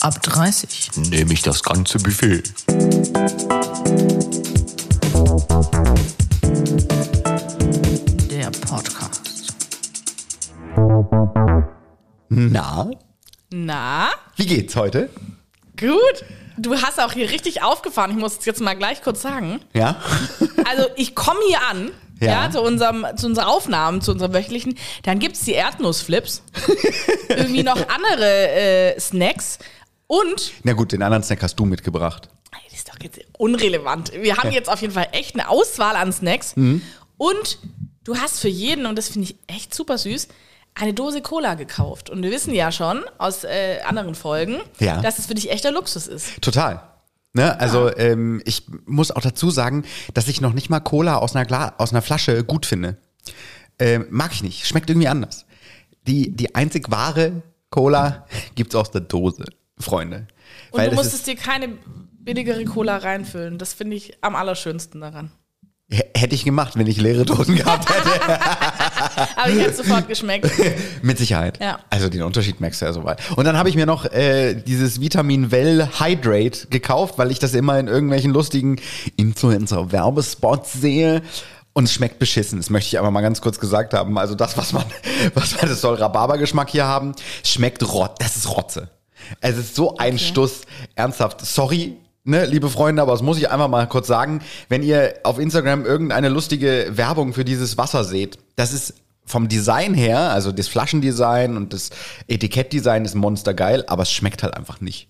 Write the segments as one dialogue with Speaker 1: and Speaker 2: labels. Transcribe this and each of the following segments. Speaker 1: Ab 30.
Speaker 2: Nehme ich das ganze Buffet.
Speaker 1: Der Podcast.
Speaker 3: Na,
Speaker 4: Na,
Speaker 3: wie geht's heute?
Speaker 4: gut. Du hast auch hier richtig aufgefahren. Ich muss es jetzt mal gleich kurz sagen.
Speaker 3: Ja?
Speaker 4: Also ich komme hier an.
Speaker 3: Ja.
Speaker 4: Ja. zu, unserem, zu unseren Aufnahmen, zu unserem wöchentlichen. Dann gibt es die Erdnussflips. Irgendwie noch andere äh, Snacks. Und,
Speaker 3: Na gut, den anderen Snack hast du mitgebracht.
Speaker 4: Ey, das ist doch jetzt unrelevant. Wir haben jetzt auf jeden Fall echt eine Auswahl an Snacks. Und du hast für jeden, und das finde ich echt super süß, eine Dose Cola gekauft. Und wir wissen ja schon aus äh, anderen Folgen,
Speaker 3: Ja.
Speaker 4: dass es für dich echter Luxus ist.
Speaker 3: Total. Ne? Also ähm, ich muss auch dazu sagen, dass ich noch nicht mal Cola aus einer, Gla aus einer Flasche gut finde. Ähm, mag ich nicht. Schmeckt irgendwie anders. Die, die einzig wahre Cola gibt's aus der Dose, Freunde.
Speaker 4: Und du
Speaker 3: das
Speaker 4: musstest dir keine billigere Cola reinfüllen. Das finde ich am allerschönsten daran.
Speaker 3: ist, h- hätte ich gemacht, wenn ich leere Dosen gehabt hätte.
Speaker 4: Aber ich hätte sofort geschmeckt.
Speaker 3: Mit Sicherheit.
Speaker 4: Ja.
Speaker 3: Also den Unterschied merkst du ja soweit. Und dann habe ich mir noch äh, dieses Vitamin Well Hydrate gekauft, weil ich das immer in irgendwelchen lustigen Influencer-Werbespots sehe. Und es schmeckt beschissen. Das möchte ich aber mal ganz kurz gesagt haben. Also das, was man, was man, das soll Rhabarbergeschmack hier haben, schmeckt rot. Das ist Rotze. Es ist so ein Stuss. Ernsthaft. Sorry, Ne, liebe Freunde, aber das muss ich einfach mal kurz sagen. Wenn ihr auf Instagram irgendeine lustige Werbung für dieses Wasser seht, das ist vom Design her, also das Flaschendesign und das Etikettdesign ist monstergeil, aber es schmeckt halt einfach nicht.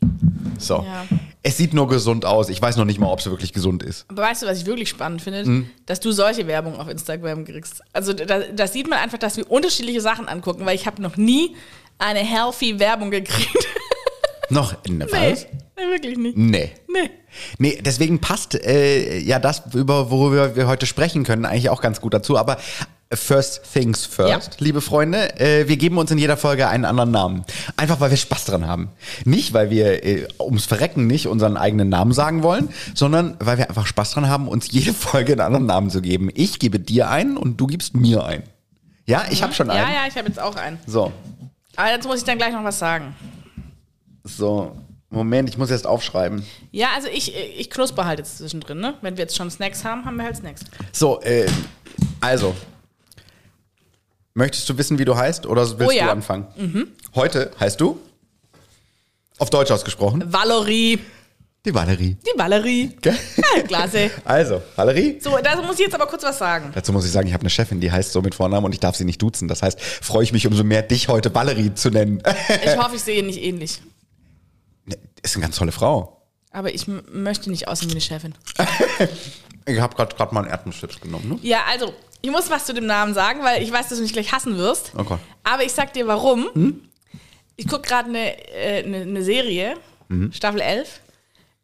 Speaker 3: So.
Speaker 4: Ja.
Speaker 3: Es sieht nur gesund aus. Ich weiß noch nicht mal, ob es wirklich gesund ist.
Speaker 4: Aber weißt du, was ich wirklich spannend finde? Dass du solche Werbung auf Instagram kriegst. Also da, da sieht man einfach, dass wir unterschiedliche Sachen angucken, weil ich habe noch nie eine healthy Werbung gekriegt.
Speaker 3: Noch in der
Speaker 4: nee,
Speaker 3: Fall?
Speaker 4: nee, wirklich nicht.
Speaker 3: Nee.
Speaker 4: Nee.
Speaker 3: Nee, deswegen passt äh, ja das, über worüber wir heute sprechen können, eigentlich auch ganz gut dazu. Aber äh, first things first,
Speaker 4: Ja.
Speaker 3: liebe Freunde, äh, wir geben uns in jeder Folge einen anderen Namen. Einfach, weil wir Spaß dran haben. Nicht, weil wir äh, ums Verrecken nicht unseren eigenen Namen sagen wollen, sondern weil wir einfach Spaß dran haben, uns jede Folge einen anderen Namen zu geben. Ich gebe dir einen und du gibst mir einen. Ja, ich habe schon einen.
Speaker 4: Mhm. Ja, ja, ich habe jetzt auch einen.
Speaker 3: So,
Speaker 4: Aber dazu muss ich dann gleich noch was sagen.
Speaker 3: so. Moment, ich muss erst aufschreiben.
Speaker 4: Ja, also ich, ich knusper halt jetzt zwischendrin, ne? Wenn wir jetzt schon Snacks haben, haben wir halt Snacks.
Speaker 3: So, äh, also. Möchtest du wissen, wie du heißt oder willst
Speaker 4: Oh ja.
Speaker 3: du anfangen? Heute heißt du? Auf Deutsch ausgesprochen.
Speaker 4: Valerie.
Speaker 3: Die Valerie.
Speaker 4: Die Valerie.
Speaker 3: Gell?
Speaker 4: Ja, klasse.
Speaker 3: Also, Valerie.
Speaker 4: So, da muss ich jetzt aber kurz was sagen.
Speaker 3: Dazu muss ich sagen, ich habe eine Chefin, die heißt so mit Vornamen und ich darf sie nicht duzen. Das heißt, freue ich mich umso mehr, dich heute Valerie zu nennen. Ne,
Speaker 4: Ich hoffe, ich sehe ihn nicht ähnlich.
Speaker 3: Ist eine ganz tolle Frau.
Speaker 4: Aber ich m- möchte nicht aussehen wie eine Chefin.
Speaker 3: Ich habe gerade mal einen Erdnusschips genommen, ne?
Speaker 4: Ja, also, ich muss was zu dem Namen sagen, weil ich weiß, dass du mich gleich hassen wirst.
Speaker 3: Oh Gott.
Speaker 4: Aber ich sag dir warum. Ich gucke gerade eine äh, ne, ne Serie, Staffel 11.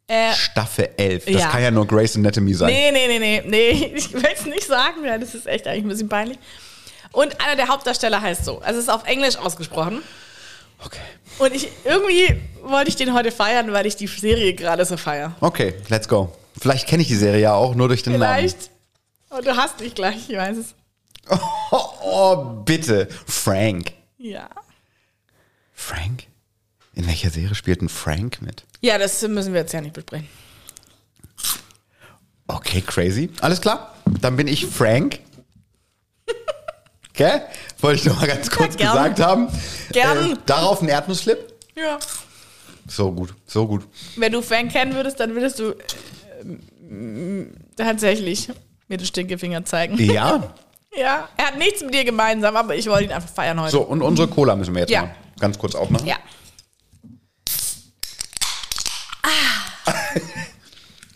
Speaker 4: Äh,
Speaker 3: Staffel 11. Das
Speaker 4: Ja.
Speaker 3: kann ja nur Grace Anatomy sein.
Speaker 4: nee, nee, nee, nee, nee, ich will es nicht sagen, weil das ist echt eigentlich ein bisschen peinlich. Und einer der Hauptdarsteller heißt so. Also, es ist auf Englisch ausgesprochen.
Speaker 3: Okay.
Speaker 4: Und ich irgendwie wollte ich den heute feiern, weil ich die Serie gerade so feiere.
Speaker 3: Okay, let's go. Vielleicht kenne ich die Serie ja auch nur durch den Namen.
Speaker 4: Vielleicht. Und du hast mich gleich, ich weiß es.
Speaker 3: Oh, oh, bitte. Frank.
Speaker 4: Ja.
Speaker 3: Frank? In welcher Serie spielt ein Frank mit?
Speaker 4: Ja, das müssen wir jetzt ja nicht besprechen.
Speaker 3: Okay, crazy. Alles klar. Dann bin ich Frank. Gell? Wollte ich nur mal ganz kurz
Speaker 4: gern.
Speaker 3: gesagt haben. Äh,
Speaker 4: Gern.
Speaker 3: darauf ein Erdnussflip.
Speaker 4: Ja.
Speaker 3: So gut, so gut.
Speaker 4: Wenn du Frank kennen würdest, dann würdest du ähm, tatsächlich mir den Stinkefinger zeigen.
Speaker 3: Ja.
Speaker 4: Ja. Er hat nichts mit dir gemeinsam, aber ich wollte ihn einfach feiern heute.
Speaker 3: So, und unsere Cola müssen wir jetzt
Speaker 4: Ja.
Speaker 3: mal ganz kurz aufmachen.
Speaker 4: Ja.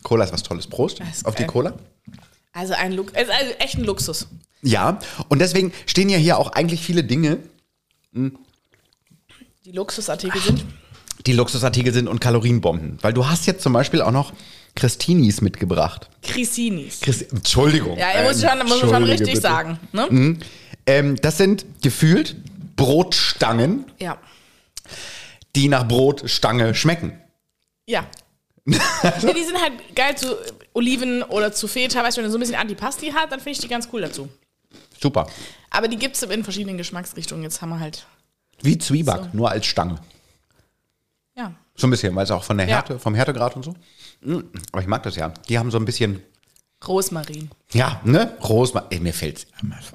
Speaker 3: Cola ist was Tolles. Prost.
Speaker 4: Das ist
Speaker 3: Auf die
Speaker 4: geil.
Speaker 3: Cola.
Speaker 4: Also ein Lux also echt ein Luxus.
Speaker 3: Ja. Und deswegen stehen ja hier auch eigentlich viele Dinge,
Speaker 4: Die Luxusartikel sind.
Speaker 3: die Luxusartikel sind und Kalorienbomben. Weil du hast jetzt zum Beispiel auch noch Christinis mitgebracht.
Speaker 4: Crisinis.
Speaker 3: Chris, Entschuldigung.
Speaker 4: Ja, er muss
Speaker 3: Ähm,
Speaker 4: schon, muss man schon
Speaker 3: entschuldige
Speaker 4: richtig
Speaker 3: bitte.
Speaker 4: sagen. Ne?
Speaker 3: Ähm, das sind gefühlt Brotstangen,
Speaker 4: Ja.
Speaker 3: die nach Brotstange schmecken.
Speaker 4: Ja. nee, die sind halt geil zu Oliven oder zu Feta. Weißt du, wenn du so ein bisschen Antipasti hat, dann finde ich die ganz cool dazu.
Speaker 3: Super.
Speaker 4: Aber die gibt es in verschiedenen Geschmacksrichtungen. Jetzt haben wir halt.
Speaker 3: Wie Zwieback, nur als Stange.
Speaker 4: Ja.
Speaker 3: So ein bisschen, weil es auch von der
Speaker 4: Ja.
Speaker 3: Härte, vom Härtegrad und so. Mm, Aber ich mag das ja. Die haben so ein bisschen,
Speaker 4: Rosmarin.
Speaker 3: ja, ne? Rosmarin. Ey, Mir fällt's.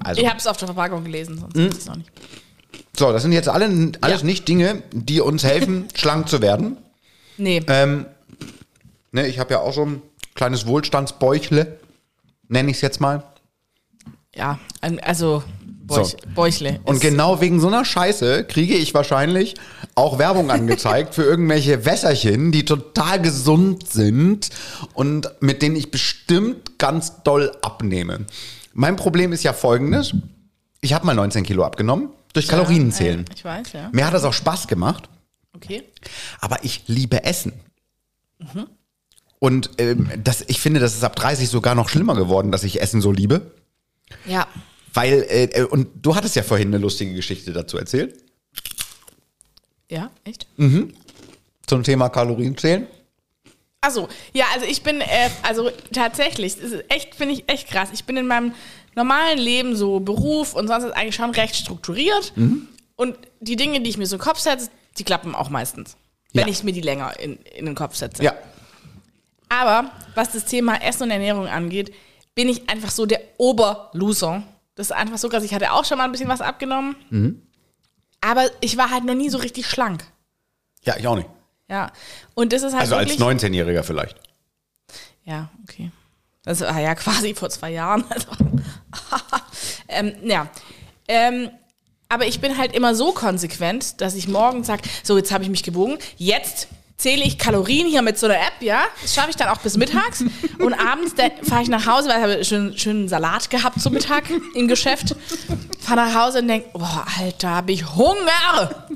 Speaker 3: Also,
Speaker 4: Ich habe es auf der Verpackung gelesen, sonst
Speaker 3: Hm?
Speaker 4: weiß ich es noch nicht.
Speaker 3: so, das sind jetzt alle, alles
Speaker 4: Ja.
Speaker 3: nicht Dinge, die uns helfen, schlank zu werden.
Speaker 4: Nee,
Speaker 3: Ähm. Ne, ich habe ja auch so ein kleines Wohlstandsbäuchle, nenne ich es jetzt mal.
Speaker 4: ja, ein- also Beuch,
Speaker 3: So.
Speaker 4: Bäuchle.
Speaker 3: Und
Speaker 4: ist-
Speaker 3: genau wegen so einer Scheiße kriege ich wahrscheinlich auch Werbung angezeigt für irgendwelche Wässerchen, die total gesund sind und mit denen ich bestimmt ganz doll abnehme. Mein Problem ist ja folgendes. Ich habe mal 19 Kilo abgenommen durch Kalorien zählen.
Speaker 4: Ja, äh, ich weiß, ja.
Speaker 3: Mir hat das auch Spaß gemacht,
Speaker 4: Okay.
Speaker 3: aber ich liebe Essen.
Speaker 4: Mhm.
Speaker 3: Und ähm, das, ich finde, das ist ab 30 sogar noch schlimmer geworden, dass ich Essen so liebe.
Speaker 4: Ja.
Speaker 3: Weil, äh, und du hattest ja vorhin eine lustige Geschichte dazu erzählt.
Speaker 4: Ja, echt?
Speaker 3: zum Thema Kalorien zählen.
Speaker 4: Also, ja, also ich bin, äh, also tatsächlich, es ist echt, finde ich echt krass. Ich bin in meinem normalen Leben, so Beruf und sonst ist eigentlich schon recht strukturiert.
Speaker 3: Mhm.
Speaker 4: Und die Dinge, die ich mir so in den Kopf setze, die klappen auch meistens. Wenn
Speaker 3: Ja.
Speaker 4: ich mir die länger in, in den Kopf setze.
Speaker 3: Ja.
Speaker 4: Aber was das Thema Essen und Ernährung angeht, bin ich einfach so der Oberloser. Das ist einfach so krass. Ich hatte auch schon mal ein bisschen was abgenommen.
Speaker 3: Mhm.
Speaker 4: Aber ich war halt noch nie so richtig schlank.
Speaker 3: Ja, ich auch nicht.
Speaker 4: Ja. Und das ist halt
Speaker 3: Also als
Speaker 4: wirklich.
Speaker 3: 19-Jähriger vielleicht.
Speaker 4: Ja, okay. Das war ja quasi vor zwei Jahren. Also, ähm, ja. Ähm, aber ich bin halt immer so konsequent, dass ich morgen sage, so, jetzt habe ich mich gewogen, jetzt zähle ich Kalorien hier mit so einer App, ja. Das schaffe ich dann auch bis mittags. Und abends fahre ich nach Hause, weil ich habe schön, schönen Salat gehabt zum Mittag im Geschäft. Fahre nach Hause und denke, boah, Alter, habe ich Hunger.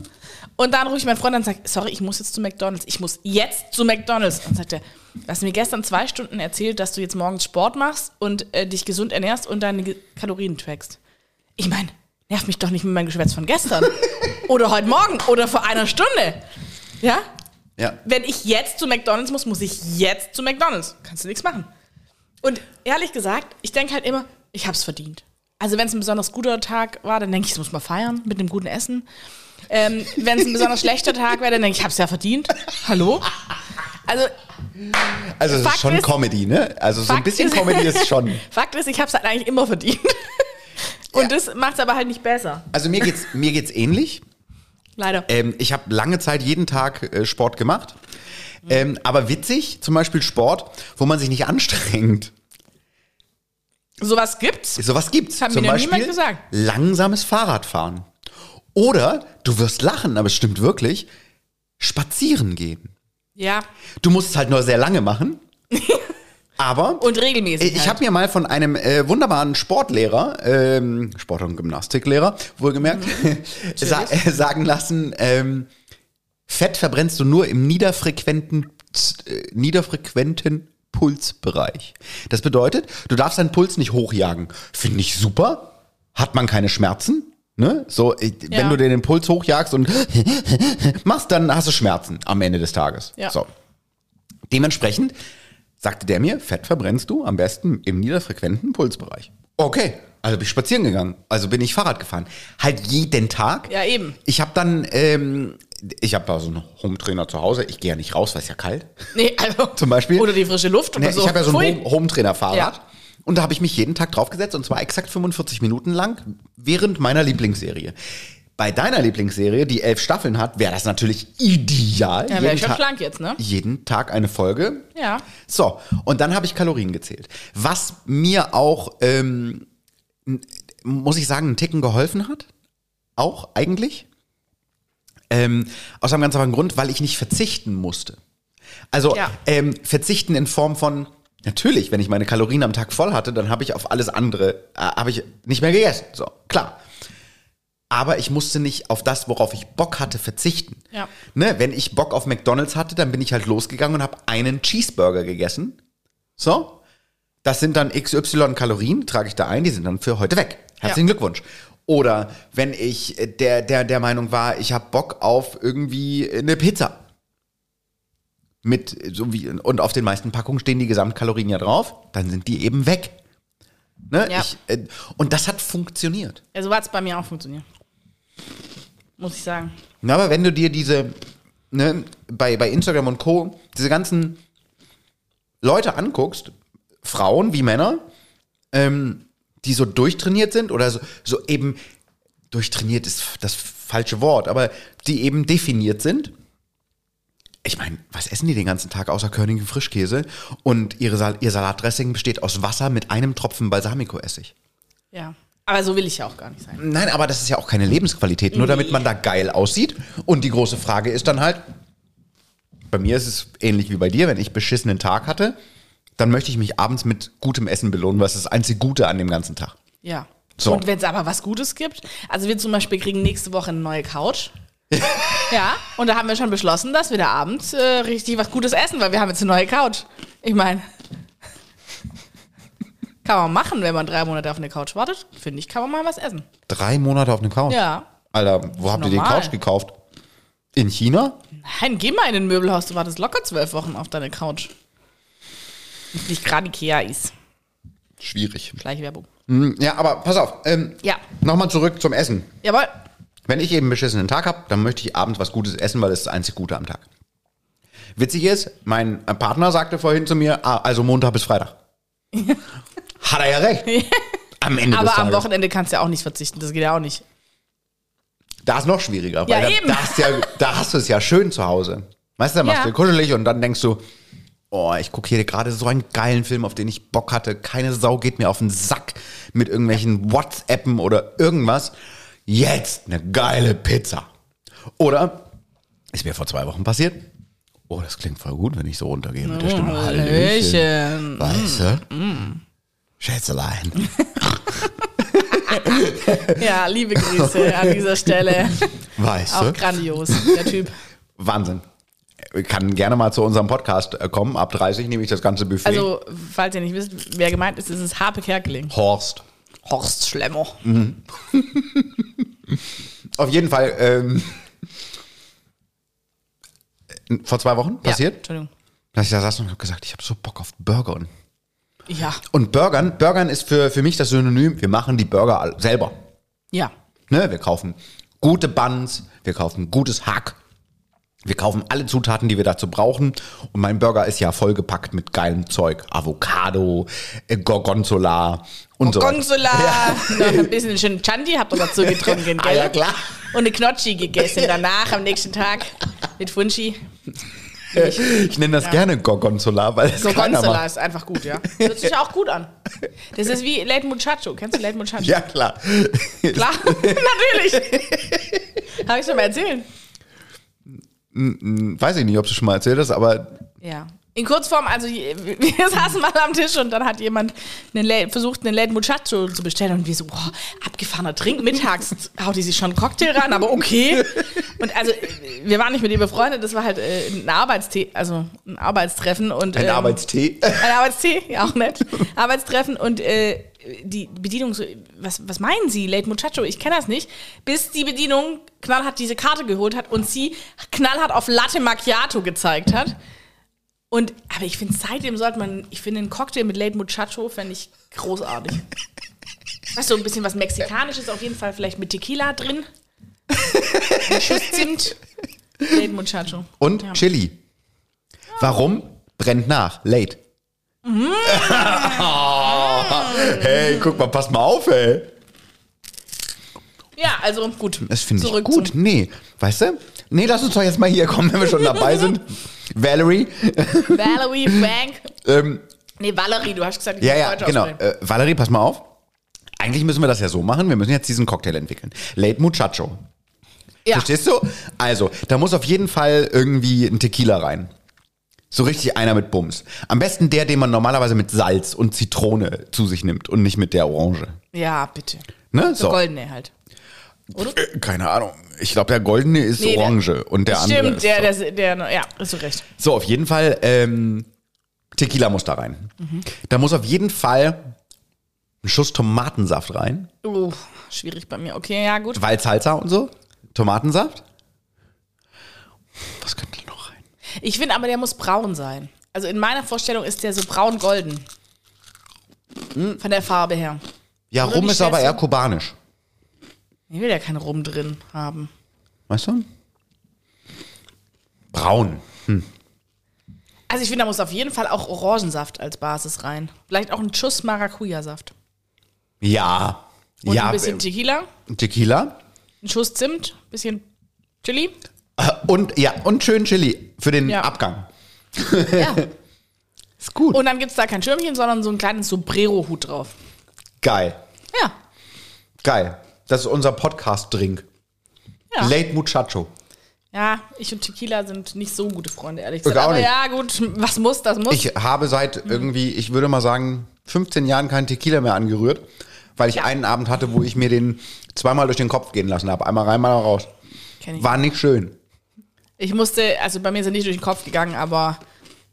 Speaker 4: Und dann rufe ich meinen Freund an und sage, sorry, ich muss jetzt zu McDonalds. Ich muss jetzt zu McDonalds. Und sagt er, du hast mir gestern zwei Stunden erzählt, dass du jetzt morgens Sport machst und äh, dich gesund ernährst und deine Ge- Kalorien trackst. Ich meine, nerv mich doch nicht mit meinem Geschwätz von gestern. oder heute Morgen oder vor einer Stunde. Ja?
Speaker 3: Ja.
Speaker 4: Wenn ich jetzt zu McDonalds muss, muss ich jetzt zu McDonalds. Kannst du nichts machen. Und ehrlich gesagt, ich denke halt immer, ich hab's verdient. Also wenn es ein besonders guter Tag war, dann denke ich, ich muss mal feiern mit einem guten Essen. Ähm, wenn es ein besonders schlechter Tag wäre, dann denke ich, ich hab's ja verdient. Hallo? Also
Speaker 3: Also es
Speaker 4: Fakt
Speaker 3: ist schon
Speaker 4: ist-
Speaker 3: Comedy, ne? Also so ein
Speaker 4: Fakt
Speaker 3: bisschen
Speaker 4: ist-
Speaker 3: Comedy ist schon.
Speaker 4: Fakt ist, ich hab's halt eigentlich immer verdient. Und das macht's aber halt nicht besser.
Speaker 3: Also mir geht's, mir geht's ähnlich.
Speaker 4: Leider.
Speaker 3: Ähm, ich habe lange Zeit jeden Tag äh, Sport gemacht.
Speaker 4: Mhm.
Speaker 3: Ähm, aber witzig, zum Beispiel Sport, wo man sich nicht anstrengt.
Speaker 4: Sowas gibt's.
Speaker 3: Sowas gibt's.
Speaker 4: Das hat mir
Speaker 3: zum
Speaker 4: noch
Speaker 3: Beispiel
Speaker 4: niemand gesagt.
Speaker 3: langsames Fahrradfahren. Oder, du wirst lachen, aber es stimmt wirklich, spazieren gehen.
Speaker 4: Ja.
Speaker 3: Du musst es halt nur sehr lange machen. aber
Speaker 4: Und regelmäßig.
Speaker 3: Äh, Ich
Speaker 4: halt.
Speaker 3: habe mir mal von einem äh, wunderbaren Sportlehrer, ähm, Sport- und Gymnastiklehrer, wohlgemerkt, sa äh, sagen lassen, ähm, Fett verbrennst du nur im niederfrequenten, äh, niederfrequenten Pulsbereich. Das bedeutet, du darfst deinen Puls nicht hochjagen. Finde ich super. Hat man keine Schmerzen? Ne? So, äh, wenn
Speaker 4: Ja.
Speaker 3: du dir den Puls hochjagst und machst, dann hast du Schmerzen am Ende des Tages.
Speaker 4: Ja.
Speaker 3: So. Dementsprechend sagte der mir, Fett verbrennst du am besten im niederfrequenten Pulsbereich. Okay, also bin ich spazieren gegangen, also bin ich Fahrrad gefahren. Halt jeden Tag.
Speaker 4: Ja, eben.
Speaker 3: Ich habe dann, ähm, ich habe da so einen Home-Trainer zu Hause. Ich gehe ja nicht raus, weil es ja kalt.
Speaker 4: nee, also,
Speaker 3: Zum Beispiel-
Speaker 4: Oder die frische Luft oder
Speaker 3: Nee,
Speaker 4: so.
Speaker 3: Ich habe ja so
Speaker 4: Pfui.
Speaker 3: ein Home- Home-Trainer-Fahrrad.
Speaker 4: Ja.
Speaker 3: Und da habe ich mich jeden Tag draufgesetzt und zwar exakt 45 Minuten lang während meiner Lieblingsserie. Bei deiner Lieblingsserie, die elf Staffeln hat, wäre das natürlich ideal.
Speaker 4: Ja, wäre
Speaker 3: Jeden
Speaker 4: ich schon
Speaker 3: Tag-
Speaker 4: schlank jetzt, ne?
Speaker 3: Jeden Tag eine Folge.
Speaker 4: Ja.
Speaker 3: So, und dann habe ich Kalorien gezählt. Was mir auch, ähm, n- muss ich sagen, einen Ticken geholfen hat. Auch eigentlich. Ähm, aus einem ganz einfachen Grund, weil ich nicht verzichten musste. Also
Speaker 4: Ja.
Speaker 3: ähm, verzichten in Form von, natürlich, wenn ich meine Kalorien am Tag voll hatte, dann habe ich auf alles andere, äh, habe ich nicht mehr gegessen. So, klar. Aber ich musste nicht auf das, worauf ich Bock hatte, verzichten.
Speaker 4: Ja.
Speaker 3: Ne, wenn ich Bock auf McDonalds hatte, dann bin ich halt losgegangen und habe einen Cheeseburger gegessen. So, das sind dann XY Kalorien, trage ich da ein, die sind dann für heute weg. Herzlichen Glückwunsch. Oder wenn ich äh, der, der, der Meinung war, ich habe Bock auf irgendwie eine Pizza. Mit, äh, so wie, und auf den meisten Packungen stehen die Gesamtkalorien ja drauf, dann sind die eben weg. Ne?
Speaker 4: Ja.
Speaker 3: Ich, äh, und das hat funktioniert.
Speaker 4: Also hat's bei mir auch funktioniert. Muss ich sagen.
Speaker 3: Na, aber wenn du dir diese ne, bei, bei Instagram und Co. diese ganzen Leute anguckst, Frauen wie Männer, ähm, die so durchtrainiert sind oder so, so eben durchtrainiert ist das falsche Wort, aber die eben definiert sind. Ich meine, was essen die den ganzen Tag außer Körnigen Frischkäse? Und ihre Sal ihr Salatdressing besteht aus Wasser mit einem Tropfen Balsamico-Essig.
Speaker 4: Ja. Aber so will ich ja auch gar nicht sein.
Speaker 3: Nein, aber das ist ja auch keine Lebensqualität, nur damit man da geil aussieht. Und die große Frage ist dann halt, bei mir ist es ähnlich wie bei dir, wenn ich beschissenen Tag hatte, dann möchte ich mich abends mit gutem Essen belohnen, was ist das einzige Gute an dem ganzen Tag.
Speaker 4: Ja.
Speaker 3: So.
Speaker 4: Und wenn es aber was Gutes gibt, also wir zum Beispiel kriegen nächste Woche eine neue Couch. ja, und da haben wir schon beschlossen, dass wir da abends äh, richtig was Gutes essen, weil wir haben jetzt eine neue Couch. Ich meine, kann man machen, wenn man drei Monate auf eine Couch wartet. Finde ich, kann man mal was essen.
Speaker 3: Drei Monate auf eine Couch.
Speaker 4: Ja.
Speaker 3: Alter, wo habt ihr den
Speaker 4: normal.
Speaker 3: Couch gekauft? In China?
Speaker 4: Nein, geh mal in ein Möbelhaus, du wartest locker zwölf Wochen auf deine Couch. Wenn's Nicht gerade Ikea ist.
Speaker 3: Schwierig.
Speaker 4: Gleiche Werbung.
Speaker 3: Hm, Ja, aber pass auf. Ähm,
Speaker 4: Ja.
Speaker 3: Nochmal zurück zum Essen.
Speaker 4: Jawohl.
Speaker 3: Wenn ich eben einen beschissenen Tag habe, dann möchte ich abends was Gutes essen, weil das ist das einzig Gute am Tag. Witzig ist, mein Partner sagte vorhin zu mir, ah, also Montag bis Freitag. Hat er ja recht. Am Ende des
Speaker 4: Aber am
Speaker 3: Tages.
Speaker 4: Wochenende kannst du ja auch nicht verzichten. Das geht ja auch nicht.
Speaker 3: Da ist noch schwieriger, weil
Speaker 4: Ja,
Speaker 3: da,
Speaker 4: eben.
Speaker 3: Da, hast du ja, da hast du es ja schön zu Hause. Weißt du, dann machst
Speaker 4: Ja.
Speaker 3: du dir kuschelig und dann denkst du, oh, ich gucke hier gerade so einen geilen Film, auf den ich Bock hatte. Keine Sau geht mir auf den Sack mit irgendwelchen WhatsAppen oder irgendwas. Jetzt eine geile Pizza. Oder, ist mir vor zwei Wochen passiert, oh, das klingt voll gut, wenn ich so runtergehe mit der Stimme.
Speaker 4: Hallöchen. Mm,
Speaker 3: Weißt du? Schätzelein.
Speaker 4: Ja, liebe Grüße an dieser Stelle.
Speaker 3: Weißt
Speaker 4: Auch
Speaker 3: du?
Speaker 4: grandios, der Typ.
Speaker 3: Wahnsinn. Äh, Kann gerne mal zu unserem Podcast äh, kommen. Ab 30 nehme ich das ganze Buffet.
Speaker 4: Also, falls ihr nicht wisst, wer gemeint ist, ist es Harpe Kerkeling.
Speaker 3: Horst.
Speaker 4: Horst Schlemmer.
Speaker 3: Auf jeden Fall, ähm, vor zwei Wochen
Speaker 4: Ja,
Speaker 3: passiert,
Speaker 4: Entschuldigung.
Speaker 3: dass ich da saß und habe gesagt, ich habe so Bock auf Burger. Und,
Speaker 4: Ja,
Speaker 3: und Burgern, Burgern ist für, für mich das Synonym, wir machen die Burger all- selber.
Speaker 4: ja.
Speaker 3: Ne? Wir kaufen gute Buns, wir kaufen gutes Hack, wir kaufen alle Zutaten, die wir dazu brauchen. Und mein Burger ist ja vollgepackt mit geilem Zeug. Avocado, äh, Gorgonzola und so. weiter.
Speaker 4: Gonsola. Noch ein bisschen schön Chanti habt ihr dazu getrunken, gell?
Speaker 3: Ah, ja, klar.
Speaker 4: Und eine Knotschi gegessen danach am nächsten Tag mit Funschi.
Speaker 3: Ich nenne das gerne Gorgonzola, weil es keiner
Speaker 4: Gorgonzola
Speaker 3: macht.
Speaker 4: ist einfach gut, ja. Hört sich auch gut an. Das ist wie Late Muchacho. Kennst du Late Muchacho?
Speaker 3: Ja, klar.
Speaker 4: Klar, natürlich. Habe ich schon mal erzählt.
Speaker 3: Weiß ich nicht, ob du schon mal erzählt hast, aber
Speaker 4: Ja. In Kurzform, also je- wir saßen mal am Tisch und dann hat jemand einen Lä- versucht, einen Late Muchacho zu bestellen und wir so, boah, abgefahrener Trink, mittags haut die sich schon einen Cocktail ran, aber okay. Und also wir waren nicht mit ihr befreundet, das war halt äh, ein Arbeitstee, also ein Arbeitstreffen und
Speaker 3: ein
Speaker 4: ähm,
Speaker 3: Arbeitstee.
Speaker 4: Ein Arbeitstee, ja auch nett. Arbeitstreffen und äh, die Bedienung so, was, was meinen Sie, Late Muchacho, ich kenne das nicht. Bis die Bedienung knallhart diese Karte geholt hat und sie knallhart auf Latte Macchiato gezeigt hat. Und, aber ich finde, seitdem sollte man, ich finde, einen Cocktail mit Late Muchacho fände ich großartig. Weißt du, ein bisschen was Mexikanisches, auf jeden Fall vielleicht mit Tequila drin. Ein Schuss Zimt. Late Muchacho.
Speaker 3: Und
Speaker 4: Ja.
Speaker 3: Chili. Warum? Brennt nach. Late.
Speaker 4: Mhm.
Speaker 3: hey, guck mal, pass mal auf, ey.
Speaker 4: Ja, also gut.
Speaker 3: Das finde ich
Speaker 4: Zurück
Speaker 3: gut. ne?
Speaker 4: zum-
Speaker 3: Nee, weißt du? Nee, lass uns doch jetzt mal hier kommen, wenn wir schon dabei sind. Valerie.
Speaker 4: Valerie Frank.
Speaker 3: Ähm,
Speaker 4: Nee, Valerie, du hast gesagt, ich
Speaker 3: ja,
Speaker 4: muss
Speaker 3: ja,
Speaker 4: Deutsch
Speaker 3: genau.
Speaker 4: aussprechen.
Speaker 3: Äh, Valerie, pass mal auf. Eigentlich müssen wir das ja so machen. Wir müssen jetzt diesen Cocktail entwickeln. Late Muchacho.
Speaker 4: Ja.
Speaker 3: Verstehst du? Also, da muss auf jeden Fall irgendwie ein Tequila rein. So richtig einer mit Bums. Am besten der, den man normalerweise mit Salz und Zitrone zu sich nimmt und nicht mit der Orange.
Speaker 4: Ja, bitte.
Speaker 3: Ne?
Speaker 4: So.
Speaker 3: So.
Speaker 4: Goldene halt. Oder?
Speaker 3: Äh, Keine Ahnung. Ich glaube, der goldene ist
Speaker 4: Nee, der-
Speaker 3: Orange und der andere
Speaker 4: Stimmt,
Speaker 3: ist
Speaker 4: der,
Speaker 3: so.
Speaker 4: der, der, ja, hast du recht.
Speaker 3: So, auf jeden Fall, ähm, Tequila muss da rein.
Speaker 4: Mhm.
Speaker 3: Da muss auf jeden Fall ein Schuss Tomatensaft rein,
Speaker 4: Uh, schwierig bei mir. Okay, ja, gut.
Speaker 3: Salsa und so. Tomatensaft. Was könnte da noch rein?
Speaker 4: Ich finde aber, der muss braun sein. Also in meiner Vorstellung ist der so braun-golden.
Speaker 3: Hm.
Speaker 4: Von der Farbe her.
Speaker 3: Ja,
Speaker 4: Oder
Speaker 3: Rum
Speaker 4: wie
Speaker 3: ist aber
Speaker 4: stellst
Speaker 3: eher
Speaker 4: du-
Speaker 3: kubanisch.
Speaker 4: Ich will ja keinen Rum drin haben.
Speaker 3: Weißt du? braun.
Speaker 4: Also ich finde, da muss auf jeden Fall auch Orangensaft als Basis rein. Vielleicht auch ein Schuss Maracuja-Saft.
Speaker 3: Ja.
Speaker 4: Und
Speaker 3: ja.
Speaker 4: ein bisschen Tequila,
Speaker 3: äh, Tequila.
Speaker 4: ein Schuss Zimt, ein bisschen Chili.
Speaker 3: Äh, Und ja, und schön Chili für den
Speaker 4: Ja.
Speaker 3: Abgang.
Speaker 4: Ja.
Speaker 3: Ist gut.
Speaker 4: Und dann gibt es da kein Schirmchen, sondern so einen kleinen Sombrero-Hut drauf.
Speaker 3: Geil.
Speaker 4: Ja.
Speaker 3: Geil. Das ist unser Podcast-Drink.
Speaker 4: Ja.
Speaker 3: Late Muchacho.
Speaker 4: Ja, ich und Tequila sind nicht so gute Freunde, ehrlich gesagt.
Speaker 3: auch
Speaker 4: Aber
Speaker 3: nicht.
Speaker 4: ja, gut, was muss, das muss.
Speaker 3: Ich habe seit irgendwie, ich würde mal sagen, 15 Jahren keinen Tequila mehr angerührt, weil ich einen Abend hatte, wo ich mir den zweimal durch den Kopf gehen lassen habe. Einmal rein, mal raus.
Speaker 4: Kenn ich.
Speaker 3: War nicht schön.
Speaker 4: ich musste, also bei mir ist er nicht durch den Kopf gegangen, aber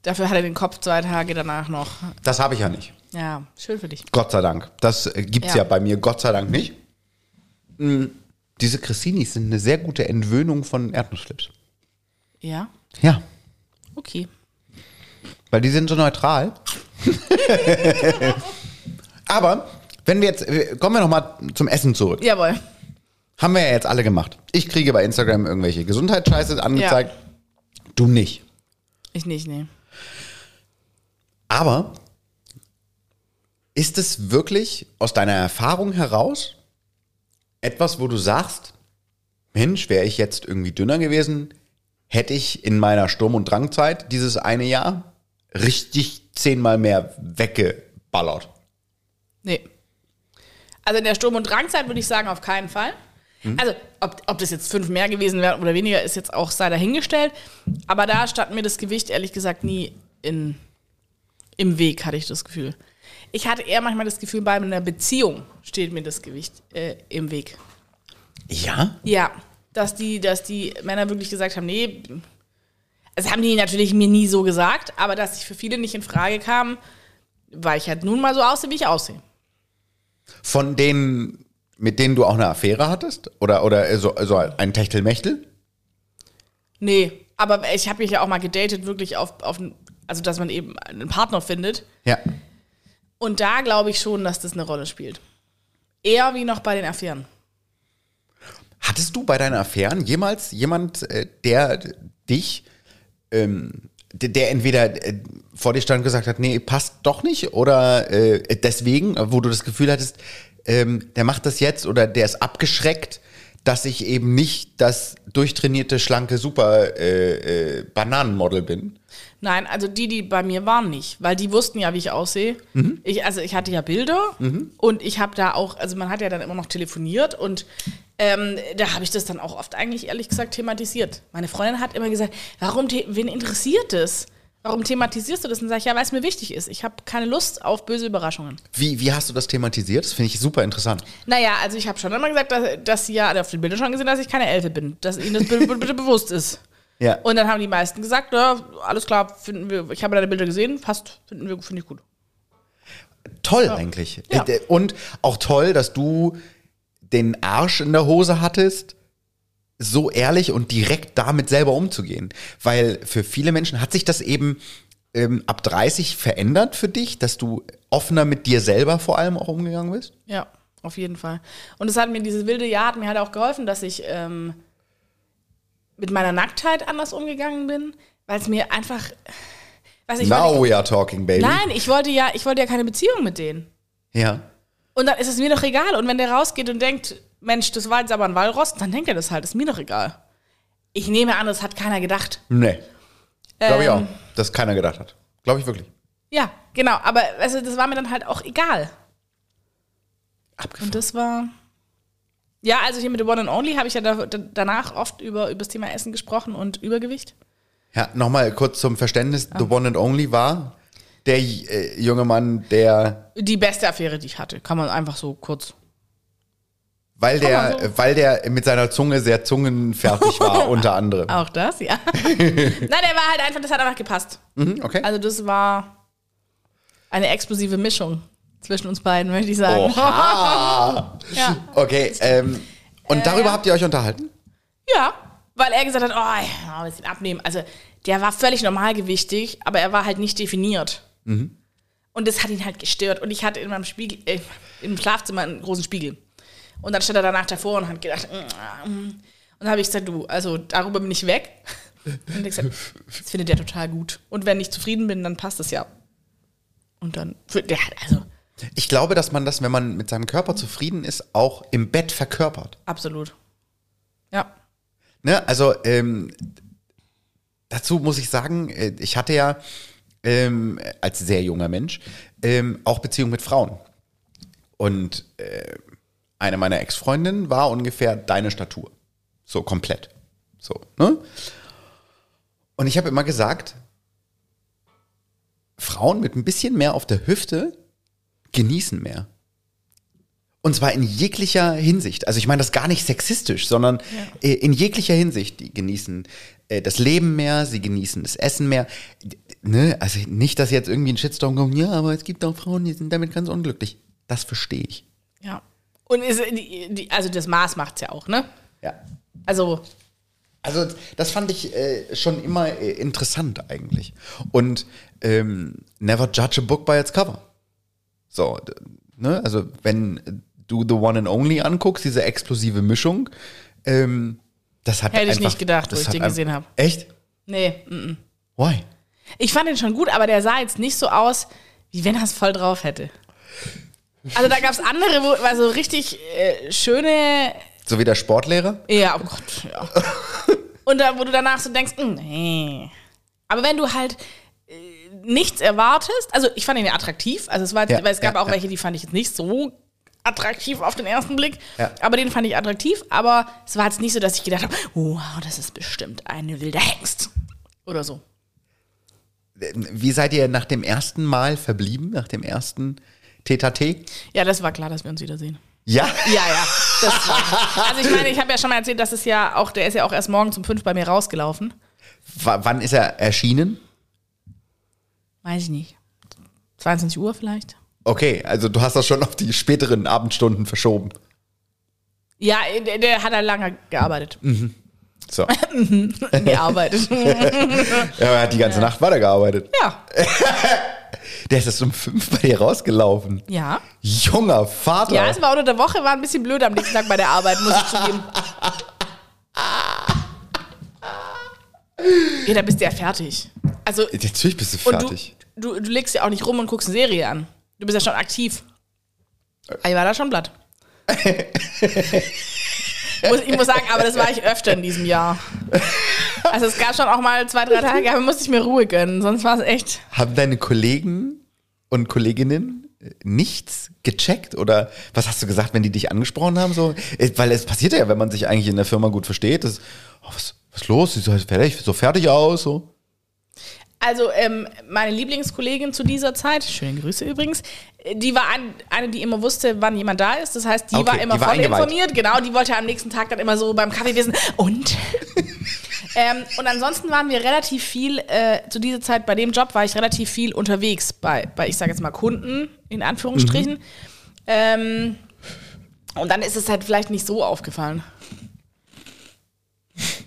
Speaker 4: dafür hat er den Kopf zwei Tage danach noch.
Speaker 3: Das habe ich ja nicht.
Speaker 4: Ja, schön für dich.
Speaker 3: Gott sei Dank. Das äh, gibt's
Speaker 4: Ja.
Speaker 3: ja. bei mir Gott sei Dank nicht. Mm, Diese Cressinis sind eine sehr gute Entwöhnung von Erdnussflips.
Speaker 4: Ja,
Speaker 3: Ja,
Speaker 4: okay.
Speaker 3: weil die sind so neutral. Aber wenn wir jetzt äh, kommen wir noch mal zum Essen zurück.
Speaker 4: Jawohl.
Speaker 3: Haben wir ja jetzt alle gemacht. Ich kriege bei Instagram irgendwelche Gesundheitsscheiße angezeigt. Du nicht.
Speaker 4: Ich nicht, nee.
Speaker 3: Aber ist es wirklich aus deiner Erfahrung heraus etwas, wo du sagst, Mensch, wäre ich jetzt irgendwie dünner gewesen, hätte ich in meiner Sturm- und Drangzeit dieses eine Jahr richtig zehnmal mehr weggeballert?
Speaker 4: Nee. Also in der Sturm- und Drangzeit würde ich sagen, auf keinen Fall. Also, ob, ob das jetzt fünf mehr gewesen wären oder weniger, ist jetzt auch sei dahingestellt. Aber da stand mir das Gewicht ehrlich gesagt nie in, im Weg, hatte ich das Gefühl. Ich hatte eher manchmal das Gefühl, bei einer Beziehung steht mir das Gewicht äh, im Weg.
Speaker 3: Ja?
Speaker 4: Ja, dass die, dass die Männer wirklich gesagt haben, nee, das haben die natürlich mir nie so gesagt, aber dass ich für viele nicht in Frage kam, weil ich halt nun mal so aussehe, wie ich aussehe.
Speaker 3: Von denen, mit denen du auch eine Affäre hattest? Oder, oder so, so ein Techtelmechtel?
Speaker 4: Nee, aber ich habe mich ja auch mal gedatet, wirklich auf, auf n- also dass man eben einen Partner findet.
Speaker 3: Ja.
Speaker 4: Und da glaube ich schon, dass das eine Rolle spielt. Eher wie noch bei den Affären.
Speaker 3: Hattest du bei deinen Affären jemals jemand, äh, der dich, ähm, der, der entweder äh, vor dir stand und gesagt hat, nee, passt doch nicht oder äh, deswegen, wo du das Gefühl hattest, ähm, der macht das jetzt oder der ist abgeschreckt, dass ich eben nicht das durchtrainierte, schlanke, super äh, äh, Bananenmodel bin?
Speaker 4: Nein, also die, die bei mir waren, nicht, weil die wussten ja, wie ich aussehe. Ich, also ich hatte ja Bilder und ich habe da auch, also man hat ja dann immer noch telefoniert und ähm, da habe ich das dann auch oft eigentlich ehrlich gesagt thematisiert. Meine Freundin hat immer gesagt, warum, the- wen interessiert es? Warum thematisierst du das? Und sage ich, ja, weil es mir wichtig ist. Ich habe keine Lust auf böse Überraschungen.
Speaker 3: Wie, wie hast du das thematisiert? Das finde ich super interessant.
Speaker 4: Naja, also ich habe schon immer gesagt, dass, dass sie ja auf den Bildern schon gesehen, dass ich keine Elfe bin, dass ihnen das bitte, bitte bewusst ist.
Speaker 3: Ja.
Speaker 4: Und dann haben die meisten gesagt, ja, alles klar, finden wir, ich habe deine Bilder gesehen, passt, finden wir, finde ich gut.
Speaker 3: toll eigentlich.
Speaker 4: Ja.
Speaker 3: Äh, Und auch toll, dass du den Arsch in der Hose hattest, so ehrlich und direkt damit selber umzugehen. Weil für viele Menschen hat sich das eben ähm, ab 30 verändert für dich, dass du offener mit dir selber vor allem auch umgegangen bist.
Speaker 4: Ja, auf jeden Fall. Und es hat mir, dieses wilde Jahr hat mir halt auch geholfen, dass ich ähm, mit meiner Nacktheit anders umgegangen bin, weil es mir einfach, weiß ich,
Speaker 3: Now
Speaker 4: wollte,
Speaker 3: we are talking, baby.
Speaker 4: nein, ich wollte ja, ich wollte ja keine Beziehung mit denen.
Speaker 3: Ja.
Speaker 4: Und dann ist es mir doch egal. Und wenn der rausgeht und denkt, Mensch, das war jetzt aber ein Walross, dann denkt er das halt, ist mir doch egal. Ich nehme an, das hat keiner gedacht.
Speaker 3: Nee. Glaube ich auch,
Speaker 4: Ähm.
Speaker 3: dass keiner gedacht hat. Glaube ich wirklich.
Speaker 4: Ja, genau. Aber also, das war mir dann halt auch egal.
Speaker 3: Abgefahren.
Speaker 4: Und das war. Ja, also hier mit The One and Only habe ich ja da, da, danach oft über, über das Thema Essen gesprochen und Übergewicht.
Speaker 3: Ja, nochmal kurz zum Verständnis. The One and Only war der äh, junge Mann, der
Speaker 4: Die beste Affäre, die ich hatte, kann man einfach so kurz.
Speaker 3: Weil der,
Speaker 4: Kann man
Speaker 3: weil der mit seiner Zunge sehr zungenfertig war, unter anderem.
Speaker 4: Auch das, ja. Nein, der war halt einfach, das hat einfach gepasst.
Speaker 3: Mhm, okay.
Speaker 4: Also das war eine explosive Mischung zwischen uns beiden, möchte ich sagen.
Speaker 3: Oha!
Speaker 4: also Ja.
Speaker 3: Okay, ähm, und darüber habt ihr euch unterhalten?
Speaker 4: Ja, weil er gesagt hat, oh, ja, ein bisschen abnehmen. Also der war völlig normalgewichtig, aber er war halt nicht definiert. Und das hat ihn halt gestört. Und ich hatte in meinem Spiegel, äh, im Schlafzimmer einen großen Spiegel. Und dann stand er danach davor und hat gedacht, mm, ah, mm. und dann habe ich gesagt, du, also darüber bin ich weg. Und ich gesagt, das findet er total gut. Und wenn ich zufrieden bin, dann passt es ja. Und dann, ja, also
Speaker 3: Ich glaube, dass man das, wenn man mit seinem Körper zufrieden ist, auch im Bett verkörpert.
Speaker 4: absolut. Ja.
Speaker 3: Ne? Also ähm, dazu muss ich sagen, äh, ich hatte ja ähm, als sehr junger Mensch ähm, auch Beziehungen mit Frauen. Und äh, eine meiner Ex-Freundinnen war ungefähr deine Statur. So komplett. So, ne? Und ich habe immer gesagt, Frauen mit ein bisschen mehr auf der Hüfte genießen mehr. Und zwar in jeglicher Hinsicht. Also ich meine das gar nicht sexistisch, sondern äh, in jeglicher Hinsicht. Die genießen äh, das Leben mehr, sie genießen das Essen mehr. D- Ne? Also nicht, dass jetzt irgendwie ein Shitstorm kommt, ja, aber es gibt auch Frauen, die sind damit ganz unglücklich. Das verstehe ich.
Speaker 4: Ja. Und ist, die, die, also das Maß macht's ja auch, ne?
Speaker 3: Ja.
Speaker 4: Also,
Speaker 3: Also das fand ich äh, schon immer äh, interessant eigentlich. Und ähm, never judge a book by its cover. So, d- ne? Also wenn du The One and Only anguckst, diese explosive Mischung, ähm, das hat
Speaker 4: Hätte ich
Speaker 3: einfach,
Speaker 4: nicht gedacht, wo
Speaker 3: das
Speaker 4: ich
Speaker 3: hat
Speaker 4: den
Speaker 3: ein-
Speaker 4: gesehen habe.
Speaker 3: Echt?
Speaker 4: nee. Mm -mm.
Speaker 3: Why?
Speaker 4: Ich fand ihn schon gut, aber der sah jetzt nicht so aus, wie wenn er es voll drauf hätte. Also da gab's andere, wo, also richtig äh, schöne,
Speaker 3: So wie der Sportlehrer?
Speaker 4: ja, oh Gott, ja. Und da, wo du danach so denkst, mm, nee. Aber wenn du halt äh, nichts erwartest, also ich fand ihn ja attraktiv, also es war,
Speaker 3: Ja,
Speaker 4: weil es gab
Speaker 3: ja,
Speaker 4: auch
Speaker 3: ja.
Speaker 4: welche, die fand ich jetzt nicht so attraktiv auf den ersten Blick,
Speaker 3: Ja.
Speaker 4: aber den fand ich attraktiv, aber es war jetzt nicht so, dass ich gedacht habe, wow, das ist bestimmt eine wilde Hengst oder so.
Speaker 3: Wie seid ihr nach dem ersten Mal verblieben, nach dem ersten TTT?
Speaker 4: Ja, das war klar, dass wir uns wiedersehen.
Speaker 3: Ja.
Speaker 4: Ja, ja. Das war. Also ich meine, ich habe ja schon mal erzählt, dass es ja auch, der ist ja auch erst morgen um fünf bei mir rausgelaufen.
Speaker 3: W wann ist er erschienen?
Speaker 4: Weiß ich nicht. 22 Uhr vielleicht?
Speaker 3: Okay, also du hast das schon auf die späteren Abendstunden verschoben.
Speaker 4: Ja, der, der hat halt lange gearbeitet.
Speaker 3: So.
Speaker 4: Gearbeitet.
Speaker 3: Ja, er hat die ganze Nacht weitergearbeitet.
Speaker 4: ja.
Speaker 3: Der ist erst um fünf bei dir rausgelaufen.
Speaker 4: Ja.
Speaker 3: Junger Vater.
Speaker 4: Ja, es war unter der Woche, war ein bisschen blöd am nächsten Tag bei der Arbeit, muss ich zugeben. Ja, da bist du ja fertig. Also,
Speaker 3: Natürlich bist du
Speaker 4: und du,
Speaker 3: fertig.
Speaker 4: du, du legst ja auch nicht rum und guckst eine Serie an. Du bist ja schon aktiv. Aber Ich war da schon blatt. muss, ich muss sagen, aber das war ich öfter in diesem Jahr. Also es gab schon auch mal zwei, drei Tage, aber musste ich mir Ruhe gönnen, sonst war es echt.
Speaker 3: Haben deine Kollegen und Kolleginnen äh, nichts gecheckt? Oder was hast du gesagt, wenn die dich angesprochen haben? So? Äh, Weil es passiert ja, wenn man sich eigentlich in der Firma gut versteht, dass, oh, was, was ist los? Sie sieht so fertig, so fertig aus. So.
Speaker 4: Also ähm, meine Lieblingskollegin zu dieser Zeit, schöne Grüße übrigens, äh, die war ein, eine, die immer wusste, wann jemand da ist. Das heißt, die
Speaker 3: Okay,
Speaker 4: war immer
Speaker 3: die war
Speaker 4: voll
Speaker 3: eingeweiht.
Speaker 4: informiert. Genau, die wollte am nächsten Tag dann immer so beim Kaffee wissen. Und? ähm, und ansonsten waren wir relativ viel, äh, zu dieser Zeit bei dem Job war ich relativ viel unterwegs bei, bei ich sage jetzt mal Kunden, in Anführungsstrichen.
Speaker 3: Mhm.
Speaker 4: Ähm, und dann ist es halt vielleicht nicht so aufgefallen.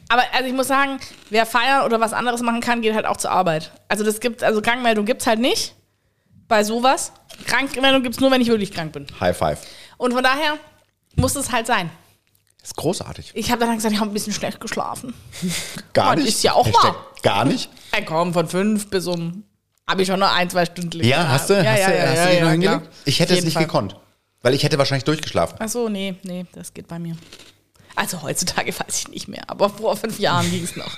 Speaker 4: Aber also ich muss sagen, wer feiern oder was anderes machen kann, geht halt auch zur Arbeit. Also das gibt, also Krankmeldung gibt's halt nicht bei sowas. Krankmeldung gibt's nur, wenn ich wirklich krank bin.
Speaker 3: High five.
Speaker 4: Und von daher muss es halt sein.
Speaker 3: Ist großartig.
Speaker 4: Ich habe dann gesagt, ich habe ein bisschen schlecht geschlafen.
Speaker 3: Gar
Speaker 4: Mann,
Speaker 3: nicht.
Speaker 4: ist ja auch
Speaker 3: Hashtag
Speaker 4: wahr.
Speaker 3: Gar nicht.
Speaker 4: Ey, komm, von fünf bis um habe ich schon noch ein, zwei Stunden.
Speaker 3: Ja, hast du,
Speaker 4: Ja,
Speaker 3: hast
Speaker 4: ja,
Speaker 3: du,
Speaker 4: ja,
Speaker 3: hast du
Speaker 4: ja,
Speaker 3: dich
Speaker 4: ja,
Speaker 3: noch
Speaker 4: klar.
Speaker 3: hingelegt? Ich hätte
Speaker 4: Auf
Speaker 3: es
Speaker 4: jeden
Speaker 3: nicht
Speaker 4: Fall.
Speaker 3: gekonnt. Weil ich hätte wahrscheinlich durchgeschlafen.
Speaker 4: Ach so, nee, nee, das geht bei mir. Also heutzutage weiß ich nicht mehr, aber vor fünf Jahren ging es noch.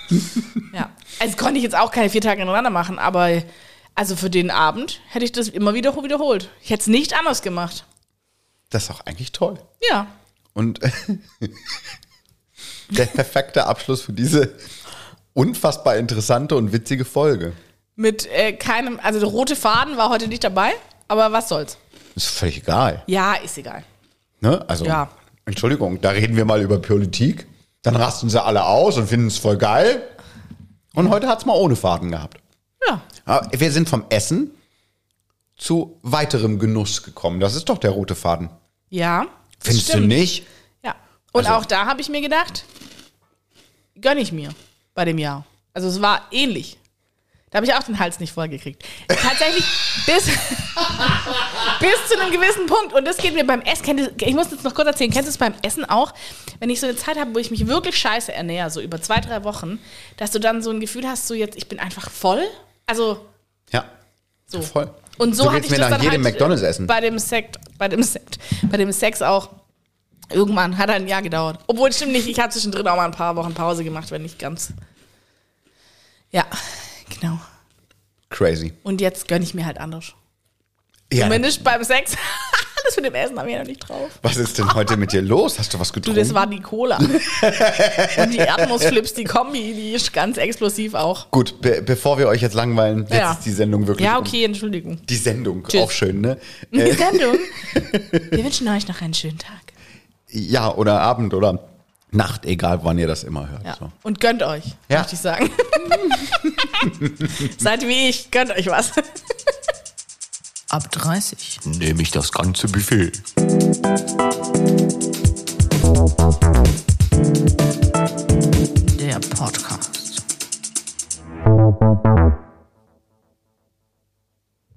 Speaker 4: ja. Also konnte ich jetzt auch keine vier Tage ineinander machen, aber also für den Abend hätte ich das immer wieder wiederholt. Ich hätte es nicht anders gemacht.
Speaker 3: Das ist auch eigentlich toll.
Speaker 4: Ja.
Speaker 3: Und der perfekte Abschluss für diese unfassbar interessante und witzige Folge.
Speaker 4: Mit äh, keinem, also der rote Faden war heute nicht dabei, aber was soll's.
Speaker 3: Ist völlig egal.
Speaker 4: Ja, ist egal.
Speaker 3: Ne? Also,
Speaker 4: Ja.
Speaker 3: Entschuldigung, da reden wir mal über Politik. Dann rasten sie alle aus und finden es voll geil. Und heute hat es mal ohne Faden gehabt.
Speaker 4: Ja.
Speaker 3: Aber wir sind vom Essen zu weiterem Genuss gekommen. Das ist doch der rote Faden.
Speaker 4: Ja. das
Speaker 3: Findest
Speaker 4: stimmt.
Speaker 3: du nicht?
Speaker 4: Ja. Und
Speaker 3: Also-
Speaker 4: auch da habe ich mir gedacht, gönne ich mir bei dem Jahr. Also es war ähnlich. Da habe ich auch den Hals nicht vollgekriegt. Tatsächlich bis, bis zu einem gewissen Punkt. Und das geht mir beim Essen. Kennt ihr- Ich muss jetzt noch kurz erzählen. Kennst du es beim Essen auch? Wenn ich so eine Zeit habe, wo ich mich wirklich scheiße ernähre, so über zwei, drei Wochen, dass du dann so ein Gefühl hast, so jetzt, ich bin einfach voll. Also
Speaker 3: Ja.
Speaker 4: so.
Speaker 3: Voll.
Speaker 4: Und so,
Speaker 3: So
Speaker 4: hatte
Speaker 3: geht's
Speaker 4: ich
Speaker 3: mir
Speaker 4: das
Speaker 3: nach
Speaker 4: dann
Speaker 3: jedem
Speaker 4: halt
Speaker 3: McDonald's essen.
Speaker 4: Bei dem Sekt, bei dem Sekt, bei dem Sex auch. Irgendwann hat ein Jahr gedauert. Obwohl, stimmt nicht, ich habe zwischendrin auch mal ein paar Wochen Pause gemacht, wenn nicht ganz. Ja, genau.
Speaker 3: Crazy.
Speaker 4: Und jetzt gönne ich mir halt anders.
Speaker 3: Ja.
Speaker 4: Zumindest beim Sex. das mit dem Essen habe ich ja noch nicht drauf.
Speaker 3: Was ist denn heute mit dir los? Hast du was
Speaker 4: Du,
Speaker 3: getrunken?
Speaker 4: das war die Cola. Und die Erdnussflips, die Kombi, die ist ganz explosiv auch.
Speaker 3: Gut, be bevor wir euch jetzt langweilen, jetzt
Speaker 4: Ja.
Speaker 3: ist die Sendung wirklich.
Speaker 4: Ja,
Speaker 3: um.
Speaker 4: okay, Entschuldigung.
Speaker 3: Die Sendung,
Speaker 4: Tschüss.
Speaker 3: auch schön, ne?
Speaker 4: Die Sendung. Wir wünschen euch noch einen schönen Tag.
Speaker 3: Ja, oder Abend oder Nacht, egal wann ihr das immer hört.
Speaker 4: Ja.
Speaker 3: So.
Speaker 4: Und gönnt euch,
Speaker 3: Ja.
Speaker 4: möchte ich sagen. Seid wie ich, gönnt euch was.
Speaker 1: Ab 30.
Speaker 2: Nehme ich das ganze Buffet.